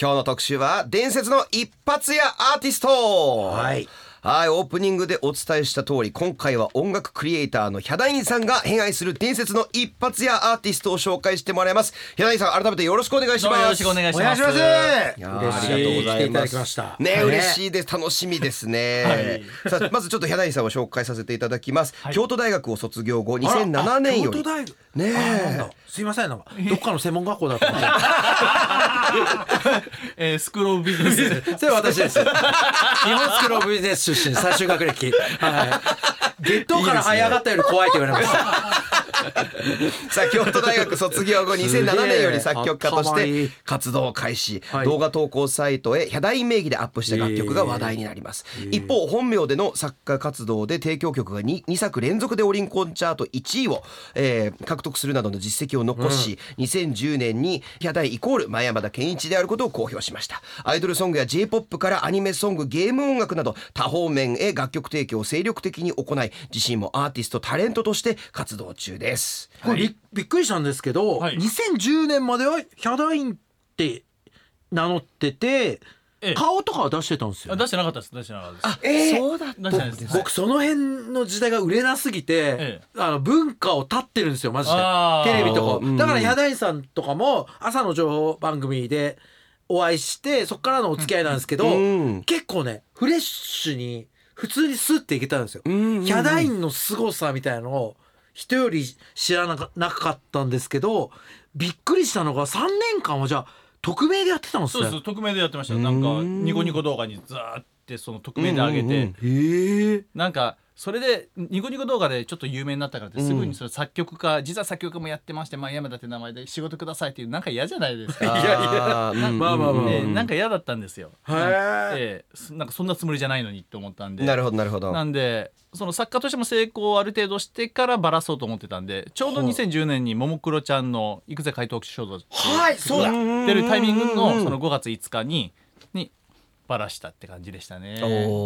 今日の特集は伝説の一発屋アーティストはいはいオープニングでお伝えした通り今回は音楽クリエイターのヒャダインさんが偏愛する伝説の一発屋アーティストを紹介してもらいますヒャダインさん改めてよろしくお願いしますよろしくお願いしますお願いしますいやー嬉しあい来りがてとうございいまたすだきましたね、嬉しいです楽しみですね、さあまずちょっとヒャダインさんを紹介させていただきます、京都大学を卒業後あら2007年よあ京り都大学ねえあなんだすいませんなんかどっかの専門学校だった えー、スクロールビジネスそれ私です日本スクロールビジネス出身最終学歴はいゲットから這い上がったより怖いって言われました さあ京都大学卒業後すげえ2007年より作曲家とし頭いてい活動を開始、はい動画投稿サイトへヒャダイン名義でアップした楽曲が話題になります、一方本名での作家活動で提供曲が 2, 2作連続でオリンコンチャート1位を、えー獲得するなどの実績を残し、2010年にヒャダインイコール前山田健一であることを公表しましたアイドルソングや j p o p からアニメソングゲーム音楽など多方面へ楽曲提供を精力的に行い自身もアーティストタレントとして活動中ですこれびびっくりしたんですけど、はい2010年まではヒャダインって名乗ってて、ええ顔とか は出してたんですよ、あ出してなかったです出してなかったですええそうだっ出してないです僕その辺の時代が売れなすぎて、えあの文化を断ってるんですよマジであーテレビとうかんだからヒャダインさんとかも朝の情報番組でお会いしてそっからのお付き合いなんですけど、うん結構ねフレッシュに普通にスッていけたんですよ、うんヒャダインの凄さみたいなのを人より知らなかなかったんですけどびっくりしたのが3年間はじゃあ匿名でやってたんですそうねです匿名でやってましたなんうかんニコニコ動画にずーってその匿名で上げて、うんうんうんへえなんかそれでニコニコ動画でちょっと有名になったからってすぐにそれ作曲家、実は作曲家もやってまして、まあ、山田って名前で仕事くださいっていうなんか嫌じゃないです かいやいやまあまあまあでうなんか嫌だったんですよ、へえええそなんかそんなつもりじゃないのにって思ったんでなるほどなるほどなんでその作家としても成功をある程度してからバラそうと思ってたんでちょうど2010年にももクロちゃんの「いくぜ怪盗衝動」はいそうだ出るタイミングのその5月5日ににバラしたって感じでしたね。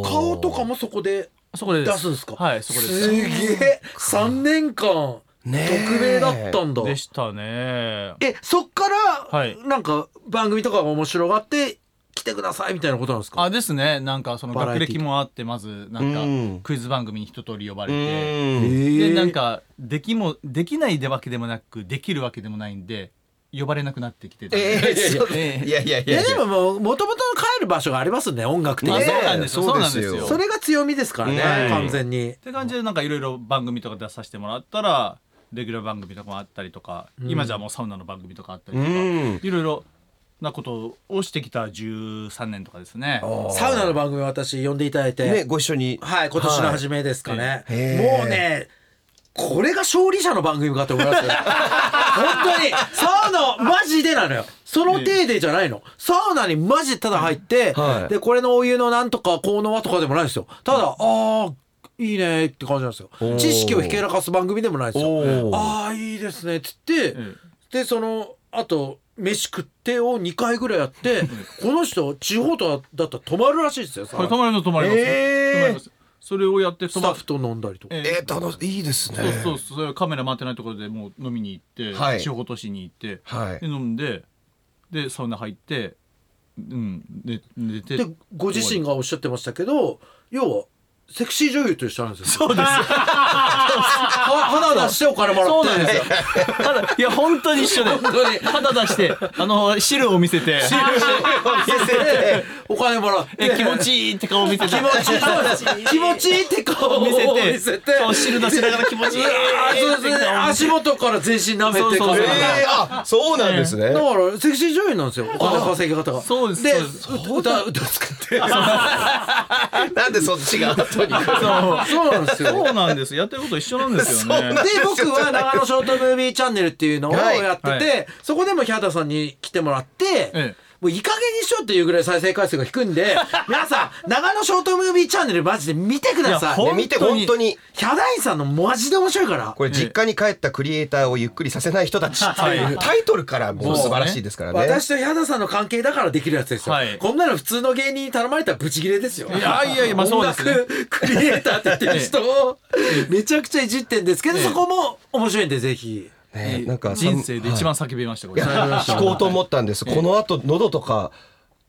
顔とかもそこでそこで出ですんですかはいそこですげえ3年間ねえ匿名だったんだでしたね。えそっかはいらなんか番組とかが面白がって来てくださいみたいなことなんですかあですねなんかそのバラ学エティ歴もあってまずなうんんかクイズ番組に一通り呼ばれうて。んでなんかできもできないでわけでもなくできるわけでもないんで呼ばれなくなってきてたんえでえそうええいやいやいいややでももう元々の帰る場所がありますね音楽ってまあねえそうなんですそうですよよそうなんですよそれが強みですからねね完全にって感じでなんかいろいろ番組とか出させてもらったらレギュラー番組とかもあったりとか、今じゃもうサウナの番組とかあったりうとか、んいろいろなことをしてきた13年とかですね。サウナの番組私呼んでいただいてねご一緒にはい今年の初めですかね、いへーもうねこれが勝利者の番組かと思 いますよ本当にサウナマジでなのよその程度じゃないのサウナにマジでただ入って、はいでこれのお湯のなんとか効能はとかでもないんですよただ、あーいいねって感じなんですーよ知識をひけらかす番組でもないんですよおーああいいですねっつって、んでそのあと飯食ってを2回ぐらいやってこの人地方とはだったら泊まるらしいですよこれ泊まります泊まります、えー泊まりますそれをやってス泊タまッフと飲んだりとか。ええー楽しいいですねそうそうそうそれカメラ回ってないところでもう飲みに行って、はい地方都市に行って、はいで飲んででサウナ入ってうんで寝てでご自身がおっしゃってましたけど要はセクシー女優と一緒なんですよそうです 肌出してお金もらって そうなんですよただいや本当に一緒で本当に肌出してあの汁を見せてでお金もらってえ気持ちいいって顔を見せて気持ちいいそうです気持ちいいって顔を見見せせててそう汁出しながら気持ちいいあーそうですね足元から全身舐めてそうそうそうだかえーあそうなんですねらセクシー女優なんですよお金稼ぎ方がそうですでそう歌歌作ってなんでそっちが後に来るそうなんですよそうなんですやってること一緒なんです よねで僕は長野ショートムービーチャンネルっていうのをはいやってて、はそこでも日田さんに来てもらって、ええもういい加減にしようっていうぐらい再生回数が低いん で皆さん長野ショートムービーチャンネルマジで見てくださいやいね見て本本当当にヒャダインさんのマジで面白いからこれ実家に帰ったクリエイターをゆっくりさせない人たちっていうタイトルからもう素晴らしいですからね私とヒャダさんの関係だからできるやつですよ、はいこんなの普通の芸人に頼まれたらブチギレですよいやいやいやまあそうですね音楽クリエイターって言ってる人 をめちゃくちゃいじってんですけど、ええそこも面白いんでぜひねなんか 人生で一番叫びましたこいれや聞こうと思ったんですこの後喉とか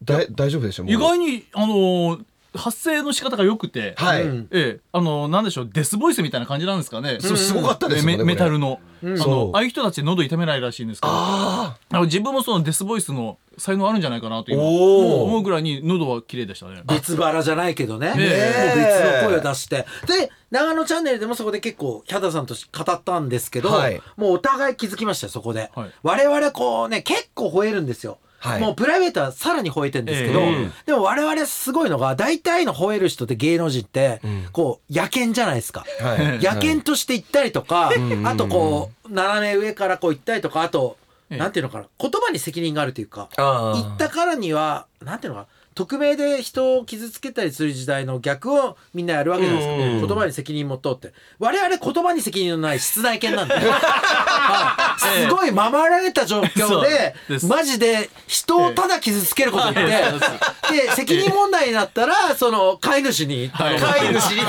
だ大丈夫でしょもう意外にあの発声の仕方が良くて、はい、うんええ、あのなんでしょうデスボイスみたいな感じなんですかね。そうすごかったですよねメこれメタルの、んあそうのああいう人たち喉痛めないらしいんですけど、ああの自分もそのデスボイスの才能あるんじゃないかなと今おー思うぐらいに喉は綺麗でしたね。別腹じゃないけどねねえ別の声を出してで長野チャンネルでもそこで結構ヒャダさんと語ったんですけど、はいもうお互い気づきましたよそこで、はい我々こうね結構吠えるんですよ、はいもうプライベートはさらに吠えてるんですけど、ええでも我々すごいのが大体の吠える人って芸能人って、んこう野犬じゃないですか、あ、はい、野犬として行ったりとか、んあとこう斜め上からこう行ったりとかあと、ええなんていうのかな言葉に責任があるというかあー行ったからにはなんていうのかな匿名で人を傷つけたりする時代の逆をみんなやるわけじゃないですか、うん言葉に責任持とうって我々言葉に責任のない室内犬なんで、はいすごい守られた状況でそうですマジで人をただ傷つけることに言って、ええそうで責任問題になったらその飼い主にはい飼い主に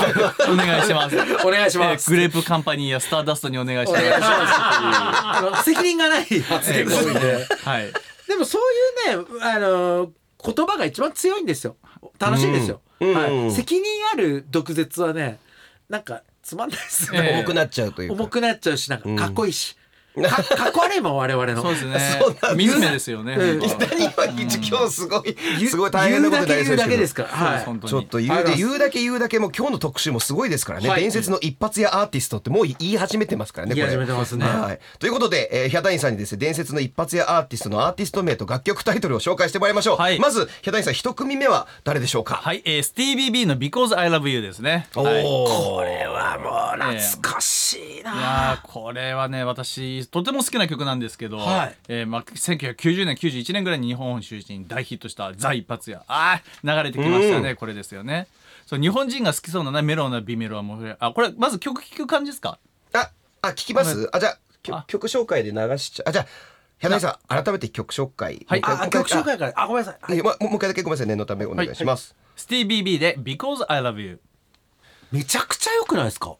お願いします。お願いしますええグレープカンパニーやスターダスト にお願いしおます願い。します あの責任がない 発言が多いんではい。でもそういうねあの言葉が一番強いんですよ楽しいんですよ、うんうはんい、責任ある毒舌はねなんかつまんないですね、ええ重くなっちゃうというか重くなっちゃうしなんかかっこいいし、 かかっこ悪いもん我々のそうですねそうなんだ。水目ですよね。うん本当は 何を今日すごいすごい大変なことになり言そううですけだけ言うだけどですからそうではす本い当にちょっとあ言うりがとうで言ございますうだけ言うだけもう今日の特集もすごいですからね、はい伝説の一発屋アーティストってもう言い始めてますからねこれ言い始めてますねはい、ということで、えー、ヒャダインさんにですね伝説の一発屋アーティストのアーティスト名と楽曲タイトルを紹介してまいりましょう、はいまずヒャダインさん一組目は誰でしょうか、はい、えー、スティービービーの Because I Love You ですね。はい。いおーこれはもう懐かしいな、やーこれはね私とても好きな曲なんですけど、はいえーまあ、1990年91年ぐらいに日本を中心に大ヒットした「ザ一発や」あー流れてきましたね、これですよねそう日本人が好きそうな、ね、メロな B メロはもうあこれまず曲聴く感じですかああ聞きますあじゃあきょあ曲紹介で流しちゃあじゃあヒャダインさん改めて曲紹介はいもう一あ回曲紹あ介からあごめんなさいいやまもう一回だけごめんなさい念のためお願いします、スティービービーで「Because I Love You めちゃくちゃ良くないですか、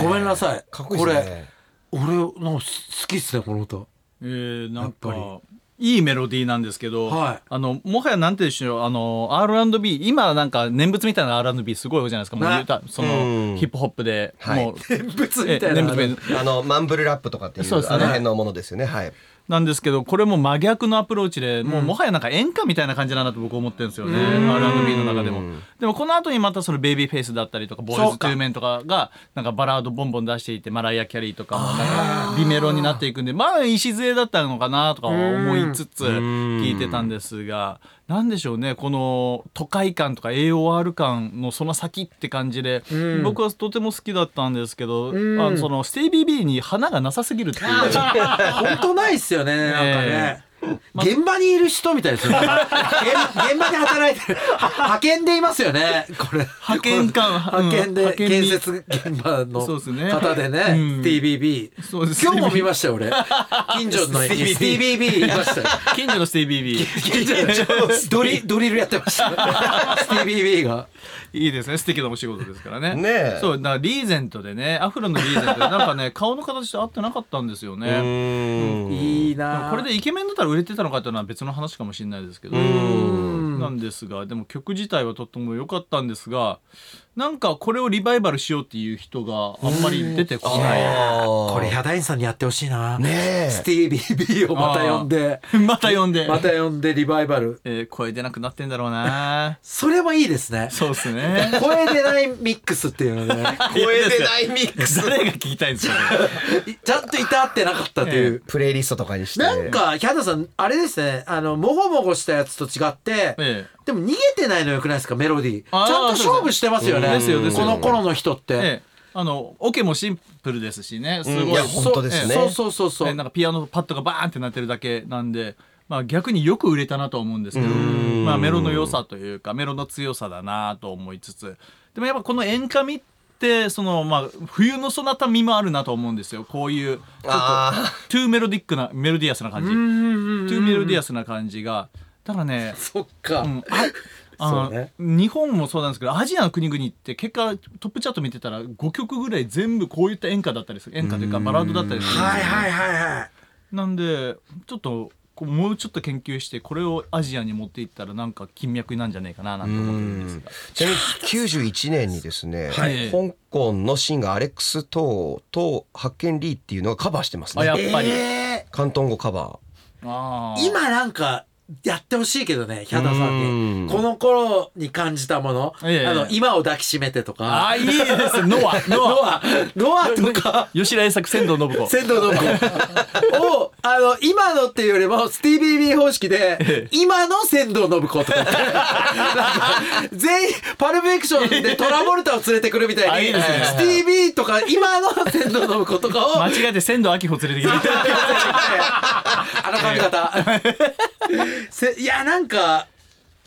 ごめんなさいかっこいいですねこれ俺なんか好きっすねこの歌」えー、なんやっかいいメロディーなんですけど、はいあのもはやなんて言うんでしょうあの R&B 今なんか念仏みたいな R&B すごい多いじゃないですかもうね言うたそうんのヒップホップで、はいもう念仏え念仏みたいなあのマンブルラップとかっていうそうですねあの辺のものですよねはいなんですけどこれも真逆のアプローチで、もうもはやなんか演歌みたいな感じだなと僕思ってるんですよね R&B の中でもでもこの後にまたそのベイビーフェイスだったりとかボーイそうズ・かトゥーメンとかがなんかバラードボンボン出していてマライア・キャリーとかもなんか美メロになっていくんでまあ礎だったのかなとか思いつつ聞いてたんですがなんでしょうねこの都会感とか AOR 感のその先って感じで僕はとても好きだったんですけどあのそのステイビービーに花がなさすぎるっていう。 本当ないっすよねなんかね、現場にいる人みたいですよ、ね、現現場で働いてるは派遣でいますよねこれ派遣官 派遣うんで派遣建に設現場の そうですね方でねうん TBB そうです今日も見ましたよ俺近所の TBB いましたよ 近所のステイビービードリドリルやってました TBB が いいですね素敵なお仕事ですからねねえそうだからリーゼントでねアフロのリーゼントでなんかね 顔の形と合ってなかったんですよねいいでもなこれでイケメンだったら売れてたのかっていうのは別の話かもしれないですけどんなんですがでも曲自体はとっても良かったんですがなんかこれをリバイバルしようっていう人があんまり出てこないここれヒャダインさんにやってほしいな、ねえスティービー・ビーをまた呼んで また呼んでまた呼んでリバイバルえー声出なくなってんだろうなそれもいいですねそうっすね 声出ないミックスっていうのね声出ないミックス誰が聞 きたいんですかねいちゃんと至ってなかったという、プレイリストとかにしてなんかヒャダさんあれですねあのもごもごしたやつと違って、ええでも逃げてないのよくないですかメロディーちゃあんーと勝負してますよねそうですねですよですこよの頃の人って、ええ、あのオケもシンプルですしねすごい,、うんいやそう本当ですねそうそうそうそう、ええなんかピアノパッドがバーンってなってるだけなんで、まあ、逆によく売れたなとは思うんですけど、まあ、メロの良さというかメロの強さだなと思いつつでもやっぱこの演歌味ってその、まあ、冬のそなた味もあるなと思うんですよこういうちょっとあトゥーメロディックなメロディアスな感じトゥーメロディアスな感じがだからねそっか、うん ああのそうね日本もそうなんですけどアジアの国々って結果トップチャート見てたら5曲ぐらい全部こういった演歌だったりする演歌というかバラードだったりするんですよはいはいはいはいなんでちょっとこうもうちょっと研究してこれをアジアに持っていったらなんか金脈なんじゃないかななんて思ってるんですがちなみに91年にですね、はい香港のシンガーアレックス・トーとハッケン・リーっていうのがカバーしてますあやねっぱり、え広東語カバあーー今なんかやってほしいけどねヒャダさんうんにこの頃に感じたもの、ええあの今を抱きしめてとかあーいいですノ アノノアアノアと か吉田栄作仙道信子仙道信子をあの今のっていうよりもスティービー・ビー方式でええ今の仙道信子と かなんか全員パルプフィクションでトラボルタを連れてくるみたあいいにいですねスティービーとか今の仙道信子とか を間違えて仙道明穂連れてきてあの髪型。せいや、なんか、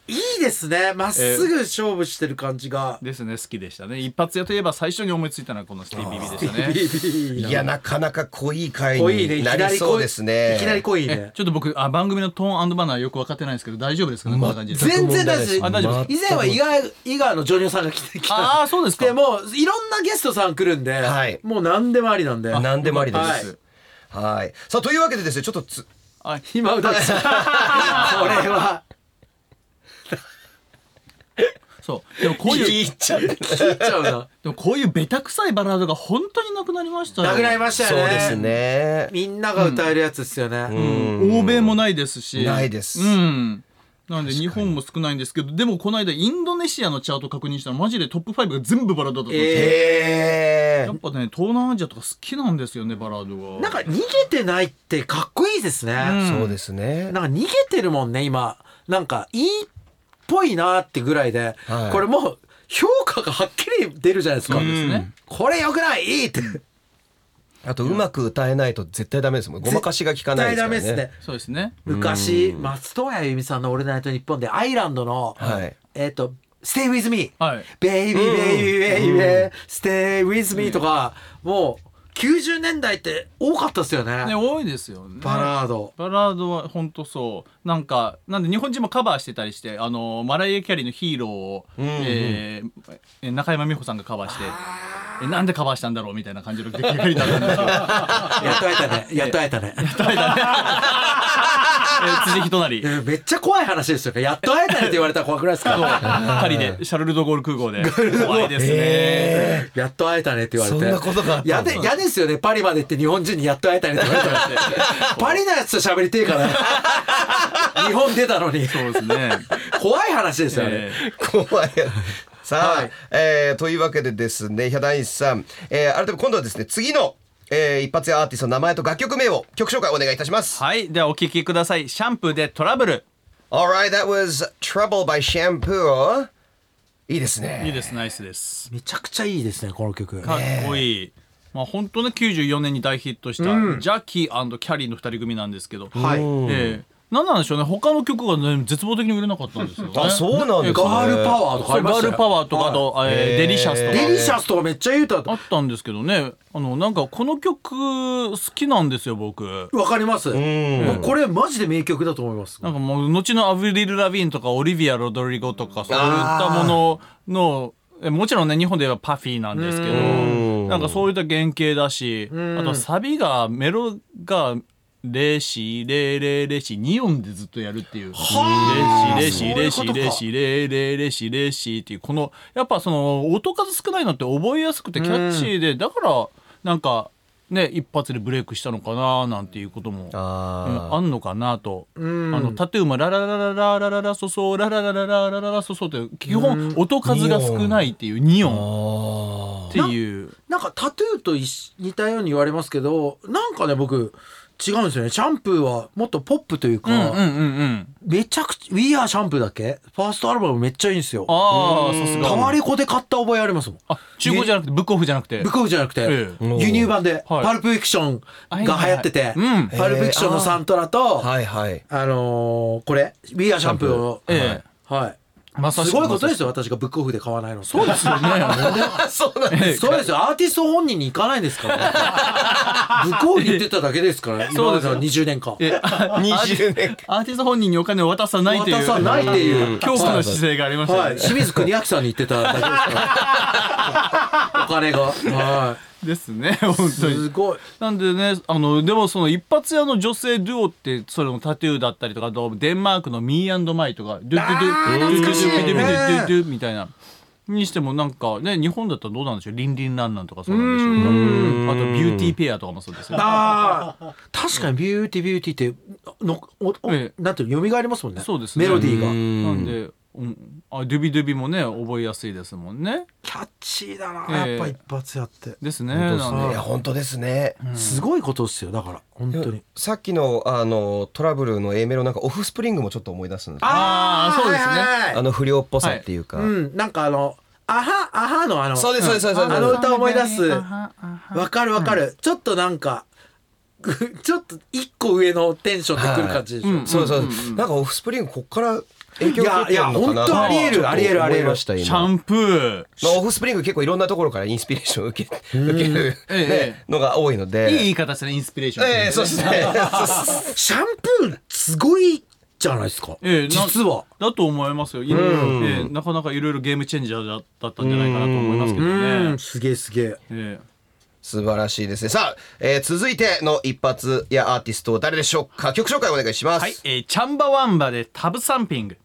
いいですね。まっすぐ勝負してる感じが。ですね好きでしたね一発屋といえば最初に思いついたのはこのスティービービーでしたねーいいやなかなか濃い回濃いね。いにきななりりそう濃い。ですねいきなり濃いねえ。ちょっと僕あ番組のトーンマナーよく分かってないんですけど大丈夫ですかねこんな感じで全然大全く丈問題な夫いです。以前は伊賀伊賀のジョニオさんが来てきあた。あそうですかでもういろんなゲストさん来るんではい、もう何でもありなんで。何でもありではいすはいさあというわけでですねちょっとつはい今歌う。 これ は。そうでもこういうっちゃった 切っちゃうな。でもこういうベタ臭いバラードが本当になくなりましたよなくなりましたよね。そうです。ねみんなが歌えるやつですよね。欧米もないですしないですうんなんで日本も少ないんですけどでもこの間インドネシアのチャート確認したらマジでトップ5が全部バラードだったんですよえやーっぱね東南アジアとか好きなんですよねバラードがなんか逃げてないってかっこいいですね。うんそうですねなんか逃げてるもんね、今。なんかいいっぽいなってぐらいで、はいこれもう評価がはっきり出るじゃないですか。そうですねこれ良くないいいって。絶あとうまく歌えないと絶対ダメですもんごまかしが効かないで対すダかメらですねね。そうですね昔、松任谷由実さんの「オールナイトニッポン」でアイランドの、はいえっ、と「Stay with me」はいベイビーベイビーベイビー、Stay with me とか、もう90年代って多かったですよね。ね多いですよねバラード。バラードは本当そうなんかなんで日本人もカバーしてたりしてあのマライア・キャリーの「ヒーローを」えーえ中山美穂さんがカバーしてえなんでカバーしたんだろうみたいな感じの出来上がりだったんですよやっと会えたね。 やっと会えたね。えー辻仁成いやめっちゃ怖い話ですよ。やっと会えたねって言われたら怖くないですかパリでシャルル・ド・ゴール空港で怖いですね、 やっと会えたねって言われて。そんなことがあったんだやで、嫌ですよね。パリまで行って日本人にやっと会えたねって言われたら。パリのやつと喋りてえから。日本出たのに。そうですね、怖い話ですよねえ。怖い。さあ、はいえーというわけでですねヒャダインさん、えー改めて今度はですね次の、えー一発屋アーティストの名前と楽曲名を曲紹介お願いいたします。ーはいではお聞きくださいシャンプーでトラブル Alright, that was Trouble by Shampoo. いいですね。、いいですナイスですめちゃくちゃいいですね、この曲。かっこいい、まあ本当ね94年に大ヒットした、ジャッキーキャリーの2人組なんですけど、はい。ええ何なんでしょうね他の曲が、ね、絶望的に売れなかったんですよ、ねあそうなんですね。ガールパワーとかあそうりまガしーたルパワーとかあと、えーへーデリシャスとデかリシャスとかめっちゃいい歌だったあったんですけどねあのなんかこの曲好きなんですよ僕わかります。もうこれマジで名曲だと思います。なんかもう後のアブリル・ラビーンとかオリビア・ロドリゴとかそういったもののえもちろんね日本で言えばパフィーなんですけどなんかそういった原型だしあとサビがメロが「レシレレレシ」2音でずっとやるっていう「レシレシレそういうシことかレシレレレシレシ」っていうこのやっぱその音数少ないのって覚えやすくてキャッチーでだからなんかね一発でブレイクしたのかななんていうことも。うんああんのかなと、あのタトゥーもララララララララソソララララララララソソという基本音数が少ないっていう2音ーっていうなんかタトゥーと一緒似たように言われますけどなんかね僕違うんですよねシャンプーはもっとポップというか、うんうんうんうんめちゃくちゃ「We Are シャンプー」だっけファーストアルバムめっちゃいいんですよああさすタワがレコで買った覚えありますもんあ中古じゃなくてブックオフじゃなくてブックオフじゃなくて、ええ輸入版で、はいパルプフィクションが流行ってて、はいはいはいうんパルプフィクションのサントラと、はいはい。あのーこれ「We Are シャンプーを」えはいまさしすくごいことですよ私がブックオフで買わないのそうで すよねそうなん ええそうですよ。アーティスト本人に行かないんです から。向こうに行ってただけですから。そそううでですすよ。20よ年間。 え20年間。アーティスト本人にお金を渡さないという渡さないっていう恐怖の姿勢がありましたはね い。清水国明さんに行ってただけですから。お金が。はい。ですね本当にすごいなんでねあのでもその一発屋の女性デュオってそれもタトゥーだったりとかあとデンマークのミーマイとかドゥドゥドゥドゥドゥドゥドゥドゥドゥドゥみたいな。にしてもなんかね日本だったらどうなんでしょうリンリンランランとかそうなんでしょうかあとビューティーペアとかもそうですよねああ 確かにビューティービューティーってのおおえなんていうの蘇りますもんねそうですねメロディーうがんなんで、うん、あドゥビドゥビもね覚えやすいですもんねキャッチーだなえやえっぱ一発やってですね本な当ですんでねいや本当ですね。すごいことっすよだから本当にさっきのあのトラブルの A メロなんかオフスプリングもちょっと思い出すんですよあーそうですねはいはいはあの不良っぽさっていうか。いうんなんかあのアハアハのあのそうですそうですそうです。あの歌思い出すあはあはわかるわかるちょっとなんか ちょっと一個上のテンションでくる感じでしょはいうんそうそうそう。なんかオフスプリングこっから影響を受けてるのかいやないや本当ありえるちょっとありえるありえる思いましたシ今ャ。ンプーまあ、オフスプリング結構いろんなところからインスピレーションを受け受ける、ええねのが多いので。いい言い方ですねインスピレーションええそうですね。シャンプーすごいじゃないですか、ええな実はだと思いますよ、いろいろええなかなかいろいろゲームチェンジャーだだったんじゃないかなと思いますけどうねん、すげえすげえええ 素晴らしいですね。さあ、えー続いての一発やアーティスト誰でしょうか。曲紹介お願いします。はい、えーチャンバワンバでタブサンピング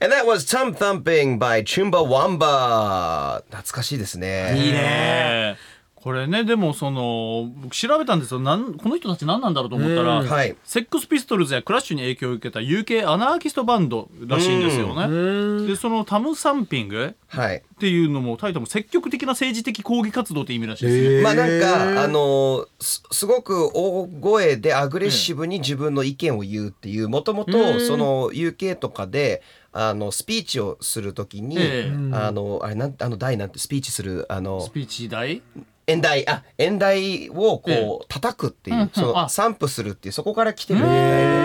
And that was Thumb Thumping by Chumba Wamba。懐かしいですね。いいねええこれねでもその僕調べたんですよなんこの人たち何なんだろうと思ったら、うんはいセックスピストルズやクラッシュに影響を受けた UK アナーキストバンドらしいんですよね。でそのタムサンピングはい。っていうのもタイトルも積極的な政治的抗議活動って意味らしいですね。えまあなんか、あのすすごく大声でアグレッシブに自分の意見を言うっていうもともとその UK とかであのスピーチをするときに、えあのあれなんあの台なんてスピーチするあのスピーチ代演題あ演題をこう、え叩くっていう、うんうんそのあ散布するっていうそこから来てるみえたい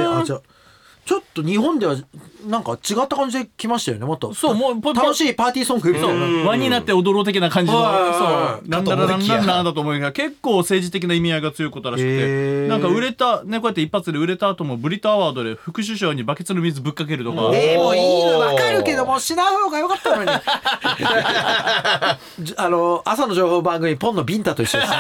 な。ーあじゃあちょっと日本ではなんか違った感じで来ましたよねもっとそうもうポ楽しいパーティーソングみたいな輪になって踊ろう的な感じのはそいはういなんだらなんだらなんだと思いが結構政治的な意味合いが強いことらしへくてーなんか売れたねこうやって一発で売れた後もブリットアワードで副首相にバケツの水ぶっかけるとかえーもういいのわかるけどもうしない方が良かったの にあの朝の情報番組ポンのビンタと一緒ですね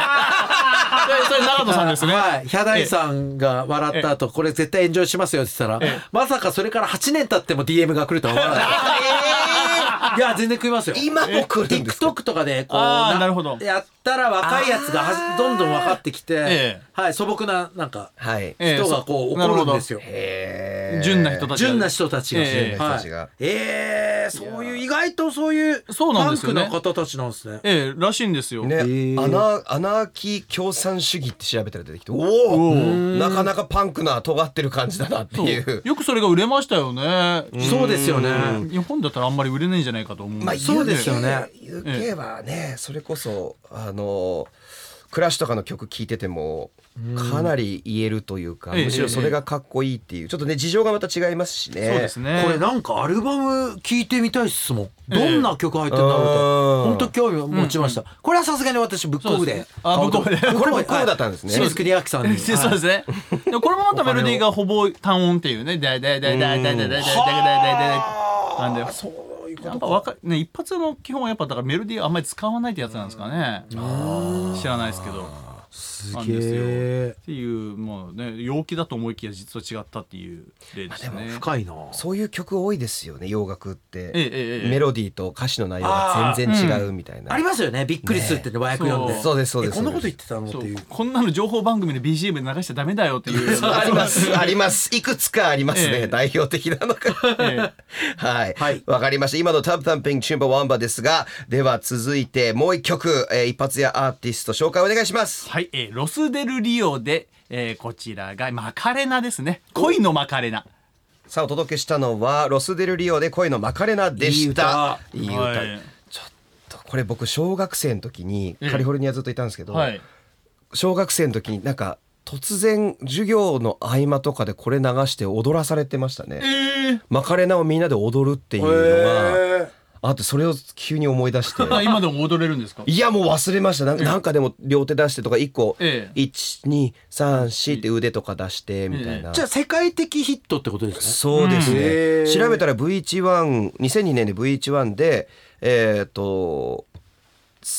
それそれ長野さんですねはい。ヒャダイさんが笑った後、これ絶対炎上しますよって言ったら、まさかそれから8年経っても DM が来るとは思わなか った。いや、全然食いますよ。今も来るんですか TikTok とかで、こうあーなるほどやったら若いやつがはどんどん分かってきてええ、はい、素朴な、なんか、はい。ええ人がこうそうなる怒ほるどんですよ。へー純な人たち純な人たちが。ええはい純な人たちがええ、そういう、意外とそういう、そうなんですよねパンクな方たちなんですね。ええらしいんですよ、ね、ーアナアナーキー共産主義って調べたら出てきておおおーなかなかパンクな尖ってる感じだなってそういう。よくそれが売れましたよねそうですよね。日本だったらあんまり売れないんじゃないかと思うんまあ、ですそうですよね UK, UK はねそれこそあのクラッシュとかの曲聴いててもかなり言えるというかええむしろそれがかっこいいっていうちょっとね事情がまた違いますしね。そうですねこれなんかアルバム聞いてみたいっすもん。どんな曲入ってんだろううと。ん本当興味を持ちました。これはさすがに私ブックオフそうで。ですねあブックオフでこれブックオフだったんですねはい清水国明さんに。 そうそうですね。でもこれもまたメロディーがほぼ単音っていうね。だいだいだいだいだいだいだいだいだいだいだいなんで。そういうこやとっぱわかね一発の基本はやっぱだからメロディーあんまり使わないってやつなんですかね。知らないですけど。すなんげですよえ。っていうもうね陽気だと思いきや実は違ったっていう例ですね。深いな。そういう曲多いですよね洋楽って、ええええメロディーと歌詞の内容が全然違うみたいな。ありますよね。びっくりするってね和訳読んで。そそううですそうですえこんなこと言ってたのってそういう。こんなの情報番組の BGM で流しちゃダメだよっていう。あります ありますいくつかありますね、ええ代表的なのがえ はいわ、はいかりました今の「タブタンピングチュンバワンバ」ですがでは続いてもう一曲、えー一発屋アーティスト紹介お願いしますはい、えーロスデルリオで、えーこちらがマカレナですね。恋のマカレナ。さあお届けしたのは「ロスデルリオで恋のマカレナ」でしたいいい歌はいちょっとこれ僕小学生の時にカリフォルニアずっといたんですけど、はい。小学生の時になんか突然授業の合間とかでこれ流して踊らされてましたね、マカレナをみんなで踊るっていうのが、へあとそれを急に思い出して 今でも踊れるんですか。いやもう忘れましたなんかなんかでも両手出してとか1個、ええ1234って腕とか出してみたいな、ーじゃあ世界的ヒットってことですね。そうですうんへね、え調べたら V12002 年で V1 でえっ、と、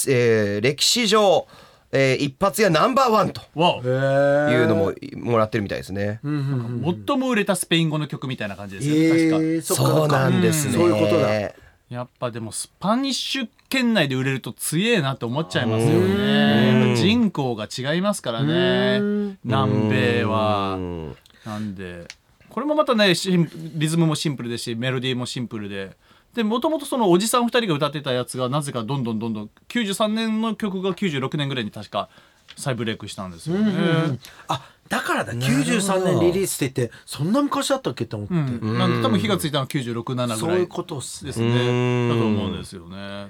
えー歴史上えー一発やナンバーワンとわへーいうのももらってるみたいですね。うんうんうんお最も売れたスペイン語の曲みたいな感じですよね、確かえーっかそうなんですね。そういうことだ。やっぱでもスパニッシュ圏内で売れると強えなって思っちゃいますよねやっぱ人口が違いますからね南米はうんなんでこれもまたねシンリズムもシンプルですしメロディーもシンプルで。でもともとそのおじさん2人が歌ってたやつがなぜかどんどんどんどん93年の曲が96年ぐらいに確か再ブレイクしたんですよね。あだからだ93年リリースって言ってそんな昔だったっけって思って、うんなんで多分火がついたのは96、7ぐらいそういうことっすでねすねだと思うんですよね。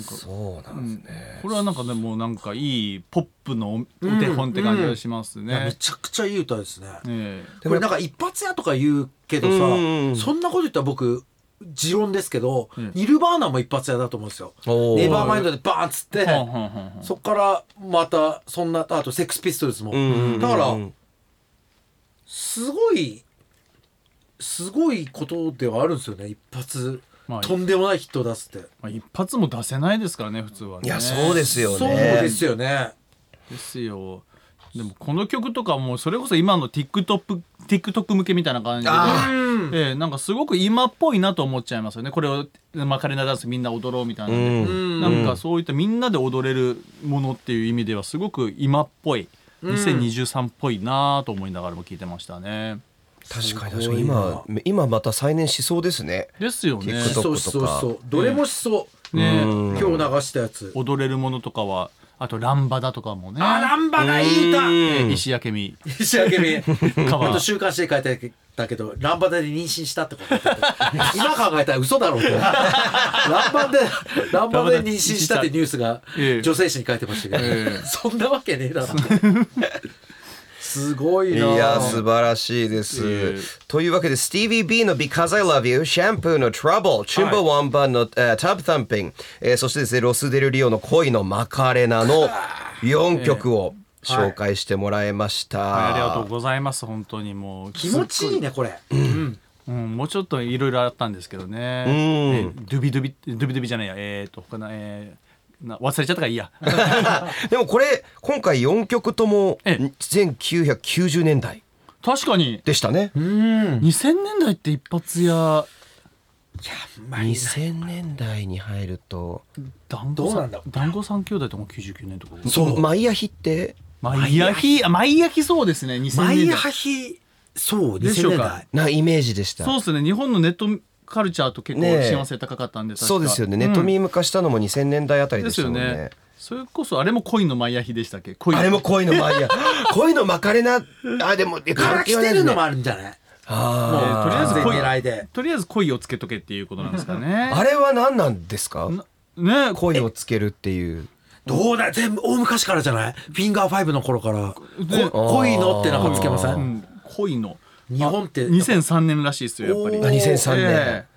そうなんですね。これはなんかねもうなんかいいポップのおお手本って感じがしますね。めちゃくちゃいい歌ですね、えこれなんか一発屋とか言うけどさ、うんそんなこと言ったら僕持論ですけど、んニルバーナも一発屋だと思うんですよおーネバーマインドでバーンっつって、えはんはんはんはんそっからまたそんなあとセックスピストルズも、うんだからうんすごいすごいことではあるんですよね一発、まあとんでもないヒットを出すって、まあ、一発も出せないですからね普通はね。いやそうですよね。そうですよねですよでもこの曲とかもうそれこそ今の TikTok, TikTok 向けみたいな感じであうんええなんかすごく今っぽいなと思っちゃいますよねこれを、まあ、カレンダーダンスみんな踊ろうみたいなね、うんうんなんかそういったみんなで踊れるものっていう意味ではすごく今っぽい2023っぽいなと思いながらも聞いてましたね。確かに確すかごにいな今今また再燃しそうですね。ですよね。 TikTok そ TikTok うそうとそうかどれもしそう、ね今日流したやつ、踊れるものとかはあとランバダとかもねあランバがいい歌うん石焼美石焼みカバー本当週刊誌で書いてたけどランバダで妊娠したってこと今考えたら嘘だろうとランバでランバダで妊娠したってニュースがええ女性誌に書いてましたけど、ええそんなわけねえだろすごいいなあや素晴らしいです、ええというわけでスティービー・ビーの「Because I Love You」シャンプーの「Trouble」チュンバワンバンの「えー Tap Thumping」えーそしてですねロス・デル・リオの「恋のマカレナ」の4曲を紹介してもらいました、ありがとうございます本当にもう気持ちいいねこれ、うんうん、もうちょっといろいろあったんですけどね。えドゥビドゥビドゥビドゥビじゃないや。えっ、と他のえーな忘れちゃったからいいや。 でもこれ今回4曲ともええ1990年代確かにでしたね2000年代って一発や2000年代に入ると団子どうさなんんだろう団子三兄弟とも99年とか。そうマイアヒってマイヤヒあマイヤヒそうですね。2000年代。マイハヒそうでし2000ょう年か代なイメージでしたそうですね。日本のネットカルチャーと結構ねえ親和性高かったんで、確かそうですよね、ネットミーム化したのも2000年代あたりでですしたよもんねね。それこそあれも恋のマイヤヒでしたっけ？恋あれも恋のマ イヤ恋のまかれなあでもえから関来係はなていでるすねのもあるんじゃないえあーとりあえず恋狙いでとりあえず恋をつけとけっていうことなんですかねー。あれは何なんですかねえ恋をつけるっていうどうだ全部大昔からじゃないフィンガーファイブの頃からでこ恋のってなんかつけませうんん恋の日本って2003年らしいですよやっぱりおあー2003年、ええ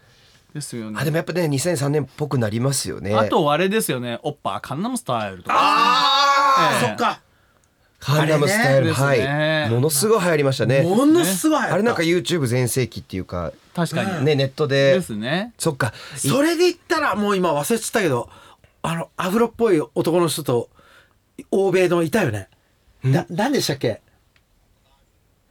ですよねあでもやっぱね2003年っぽくなりますよねあとあれですよね「オッパーカンナムスタイル」とかああええそっかカンダムスタイル、あはれねでいすねものすごい流行りましたねものすごい流行ったあれなんか YouTube 全盛期っていうか確かに、ねネットでですねそっかいそれで言ったらもう今忘れちゃったけどあのアフロっぽい男の人と欧米のいたよねな何でしたっけ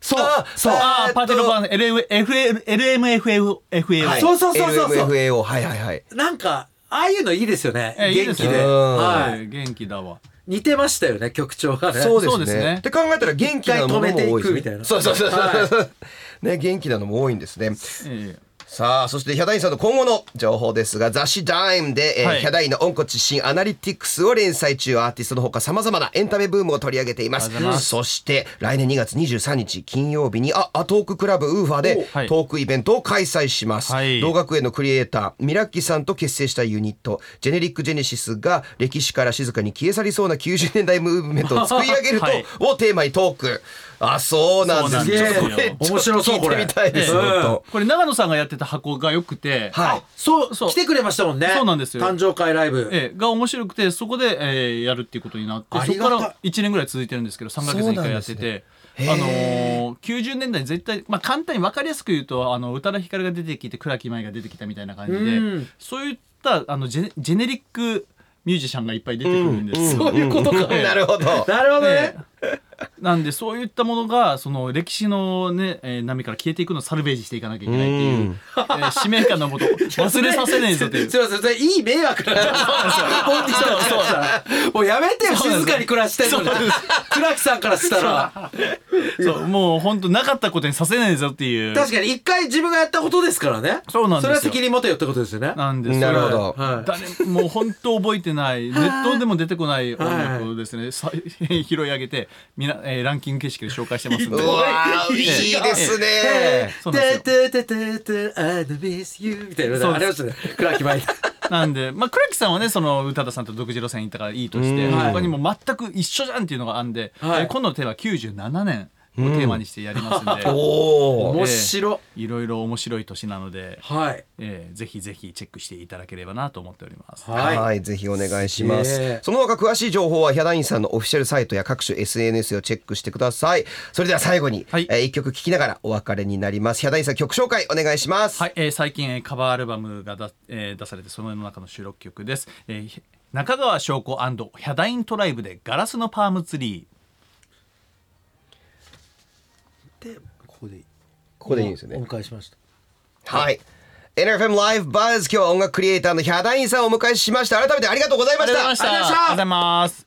そうあそうあえあーパーティーロバーの LMFAO、はいそうそうそうそうそう LMFAO はいはいはいなんかああいうのいいですよねええいいで元す気ねでうんはええい元気だわ似てましたよね曲調がねそうですそうね。ですねって考えたら元気なのも多い一回止めですてねいくみたいなそうそうそうそう。は ね元気なのも多いんですね。ええさあそしてヒャダインさんの今後の情報ですが雑誌ダイムで、えーはいヒャダインの温故知新アナリティクスを連載中アーティストのほかさまざまなエンタメブームを取り上げていますありがとうございますそして来年2月23日金曜日にあアトーククラブウーファーでおはいトークイベントを開催します、はい同学園のクリエイターミラッキさんと結成したユニットジェネリック・ジェネシスが歴史から静かに消え去りそうな90年代ムーブメントを作り上げると、はいをテーマにトークあそうなんですねそうなんですこれちよょっと面白そうこれ聞いてみたいです、ええ本当これ長野さんがやってた箱が良くて、はいそうそう来てくれましたもんねそうなんですよ誕生会ライブええ、が面白くてそこで、ええやるっていうことになってあそりがこかたいら1年ぐらい続いてるんですけど3ヶ月に1回やってて、そうなあんですねへのー90年代絶対、まあ、簡単に分かりやすく言うとあの宇多田ヒカルが出てきて倉木舞が出てきたみたいな感じで、うんそういったあのジェネジェネリックミュージシャンがいっぱい出てくるんです、そういうことか。 なるほど。なるほどね。なんでそういったものがその歴史の、ねえー波から消えていくのをサルベージしていかなきゃいけないっていう、うんえー使命感のもと忘れさせねえぞというすいません、それいい迷惑 だな。持ってきたのそうそうもうやめてよ、そうなんです静かに暮らしたいのに。倉木さんからしたら。そうもう本当なかったことにさせないぞっていう確かに一回自分がやったことですからね。そうなんでそすよれは責任持てよってことですよね。なんですなるほどはい。誰もう本当覚えてないネットでも出てこない音楽をですね、さ拾い 上げてみな、えーランキング形式で紹介してますん でうわーいいですね。そうなんですよててててて I miss you みたいなのありましたね。倉木舞。なんで、まあ、倉木さんはねその宇多田さんと独自路線行ったからいいとしてうん他にも全く一緒じゃんっていうのがあるんで、はいえー今度のテーマは97年をテーマにしてやりますんで、おお。面白。いろいろ面白い年なので、はい。えーぜひぜひチェックしていただければなと思っております。はい、はい。ぜひお願いしますげすえ。その他詳しい情報はヒャダインさんのオフィシャルサイトや各種 SNS をチェックしてください。それでは最後に、はいえー一曲聴きながらお別れになります。ヒャダインさん曲紹介お願いします。はい、えー最近、えーカバーアルバムがだ、えー出されてその中の収録曲です。えーひ中川翔子ヒャダイントライブでガラスのパームツリで、ここでいい。ここでいいんですよねお迎えしました。はい。NFM Live Buzz 今日は音楽クリエイターのヒャダインさんをお迎えしました。改めてありがとうございー。ました。ありがとうございました。ありがとうございます。